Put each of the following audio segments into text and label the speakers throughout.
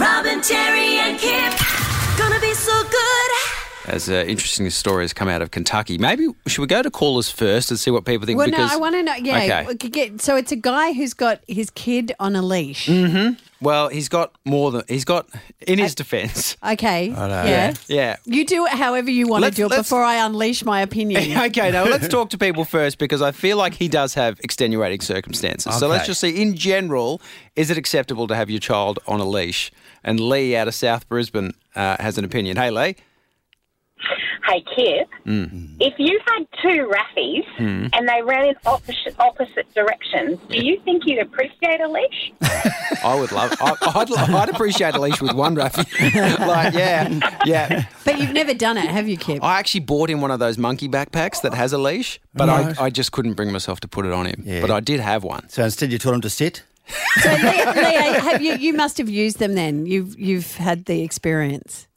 Speaker 1: and Terry and Kip. Gonna be so good.
Speaker 2: As uh, interesting stories come out of Kentucky, maybe should we go to callers first and see what people think?
Speaker 3: Well,
Speaker 2: because
Speaker 3: no, I want to know. Yeah,
Speaker 2: Okay.
Speaker 3: we could get- so it's a guy who's got his kid on a leash.
Speaker 2: Mm. well, he's got more than he's got in his defence.
Speaker 3: Okay, yeah.
Speaker 2: Yeah, yeah.
Speaker 3: You do it however you want
Speaker 2: Let's-
Speaker 3: to do it
Speaker 2: let's-
Speaker 3: before I unleash my opinion.
Speaker 2: Okay, now let's talk to people first because I feel like he does have extenuating circumstances. So let's
Speaker 4: Okay.
Speaker 2: just see, in general, is it acceptable to have your child on a leash? And Lee out of South Brisbane uh, has an opinion. Hey, Lee.
Speaker 5: Hey, Kip, if you had two Raffies and they ran in opposite, opposite directions, do you think you'd appreciate a leash?
Speaker 2: I would love. I, I'd, I'd appreciate a leash with one, Rafi. like, yeah, yeah.
Speaker 3: But you've never done it, have you, Kip?
Speaker 2: I actually bought him one of those monkey backpacks that has a leash, but
Speaker 4: Right.
Speaker 2: I, I just couldn't bring myself to put it on him.
Speaker 4: Yeah.
Speaker 2: But I did have one.
Speaker 4: So instead, you taught him to sit.
Speaker 3: so, Leah, Leah, have you? You must have used them then. You've you've had the experience.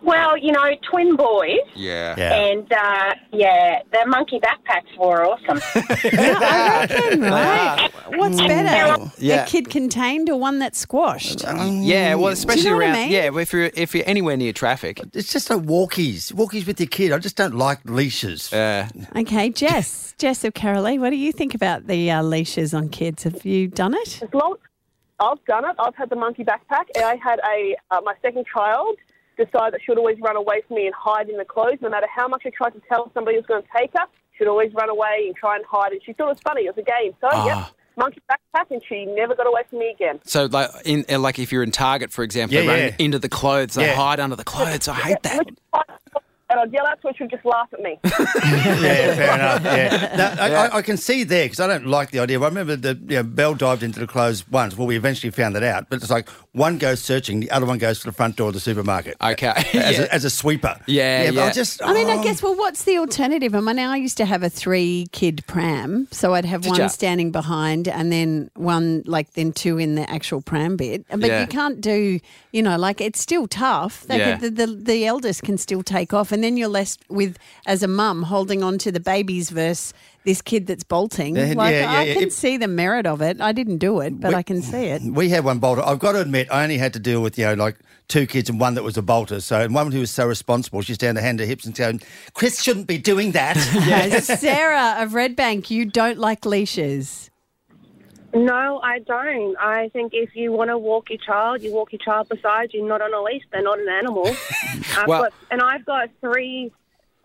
Speaker 5: Well, you know, twin boys.
Speaker 2: Yeah.
Speaker 5: And uh, yeah, the monkey backpacks were awesome.
Speaker 3: Right? What's better,
Speaker 2: Mm. Yeah. Uh,
Speaker 3: a kid contained or one that's squashed?
Speaker 2: Um, Yeah, well, especially
Speaker 3: what I
Speaker 2: around.
Speaker 3: mean?
Speaker 2: Yeah, if you're if you're anywhere near traffic.
Speaker 4: It's just like walkies, walkies with your kid. I just don't like leashes.
Speaker 2: Uh,
Speaker 3: Okay, Jess, Jess of Carolee, what do you think about the uh, leashes on kids? Have you done it?
Speaker 6: As long I've done it, I've had the monkey backpack, and I had a uh, my second child decide that she would always run away from me and hide in the clothes, no matter how much I tried to tell somebody was going to take her. She'd always run away and try and hide, and she thought it was funny. It was a game, so
Speaker 2: Ah.
Speaker 6: yep, monkey backpack, and she never got away from me again.
Speaker 2: so like in uh, like if you're in Target, for example,
Speaker 4: Yeah,
Speaker 2: they run
Speaker 4: yeah.
Speaker 2: into the clothes, they
Speaker 4: Yeah.
Speaker 2: hide under the clothes. I hate that.
Speaker 6: And I'd yell out to her, she'd just laugh at me.
Speaker 4: yeah, fair enough. Yeah. No, I, I, I can see there because I don't like the idea. I remember the you know, Bell dived into the clothes once. Well, we eventually found that out. But it's like one goes searching, the other one goes to the front door of the supermarket.
Speaker 2: Okay.
Speaker 4: As,
Speaker 2: Yeah.
Speaker 4: a, as a sweeper.
Speaker 2: Yeah,
Speaker 4: but I
Speaker 2: yeah.
Speaker 4: just.
Speaker 3: I mean, I
Speaker 4: oh.
Speaker 3: guess. Well, what's the alternative? I mean, I used to have a three-kid pram, so I'd have
Speaker 2: Did
Speaker 3: one
Speaker 2: ya?
Speaker 3: standing behind, and then one like then two in the actual pram bit. But
Speaker 2: Yeah.
Speaker 3: you can't do, you know, like it's still tough. They
Speaker 2: Yeah.
Speaker 3: could- the, the the eldest can still take off, and then you're left with as a mum holding on to the babies versus this kid that's bolting.
Speaker 4: Yeah,
Speaker 3: Like
Speaker 4: yeah,
Speaker 3: I
Speaker 4: yeah,
Speaker 3: can
Speaker 4: it-
Speaker 3: see the merit of it. I didn't do it, but I can see it.
Speaker 4: We had one bolter. I've got to admit, I only had to deal with, you know, like two kids and one that was a bolter. So, and one who was so responsible, she's down to hand her hips and saying, Chris shouldn't be doing that.
Speaker 3: Sarah of Red Bank, you don't like leashes.
Speaker 7: No, I don't. I think if you want to walk your child, you walk your child beside you, not on a leash. They're not an animal. I've
Speaker 2: Well-
Speaker 7: got, and I've got three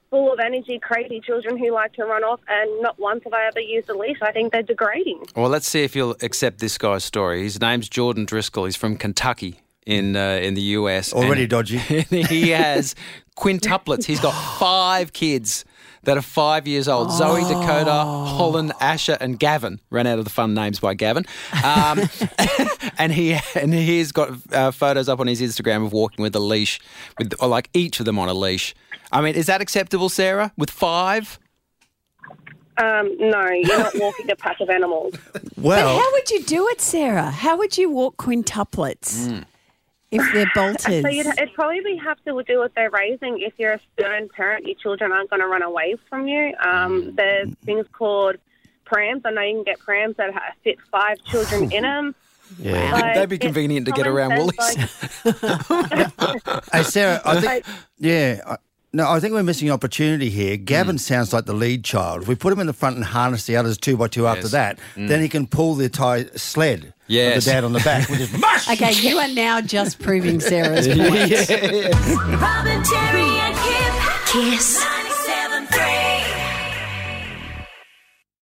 Speaker 7: full of energy, crazy children who like to run off, and not once have I ever used a leash. I think they're degrading.
Speaker 2: Well, let's see if you'll accept this guy's story. His name's Jordan Driscoll. He's from Kentucky in uh, in the US.
Speaker 4: Already
Speaker 2: And-
Speaker 4: dodgy.
Speaker 2: he has quintuplets. He's got five kids that are five years old. Zoe, Dakota, Holland, Asher, and Gavin. Ran out of the fun names by Gavin. Um, and he and he's got uh, photos up on his Instagram of walking with a leash, with or like each of them on a leash. I mean, is that acceptable, Sarah? With five?
Speaker 7: Um, no, you're not walking a pack of animals.
Speaker 4: well,
Speaker 3: How would you do it, Sarah? How would you walk quintuplets if they're bolters?
Speaker 7: So you'd, it'd probably have to do with their raising. If you're a stern parent, your children aren't going to run away from you. Um, there's things called prams. I know you can get prams that ha- fit five children in them.
Speaker 4: yeah.
Speaker 7: Like,
Speaker 2: That'd be
Speaker 7: it's
Speaker 2: convenient to get
Speaker 7: common
Speaker 2: around
Speaker 7: sense,
Speaker 2: Woolies.
Speaker 7: like,
Speaker 4: Hey, Sarah, I think, yeah, I, no, I think we're missing an opportunity here.
Speaker 2: Hmm.
Speaker 4: Gavin sounds like the lead child. If we put him in the front and harness the others two by two after
Speaker 2: Yes. Hmm.
Speaker 4: that, then he can pull the tie sled
Speaker 2: Yes.
Speaker 4: with the dad on the back, which is mush.
Speaker 3: okay, you are now just proving Sarah's point.
Speaker 1: Robin, Terry and Kip. Kiss.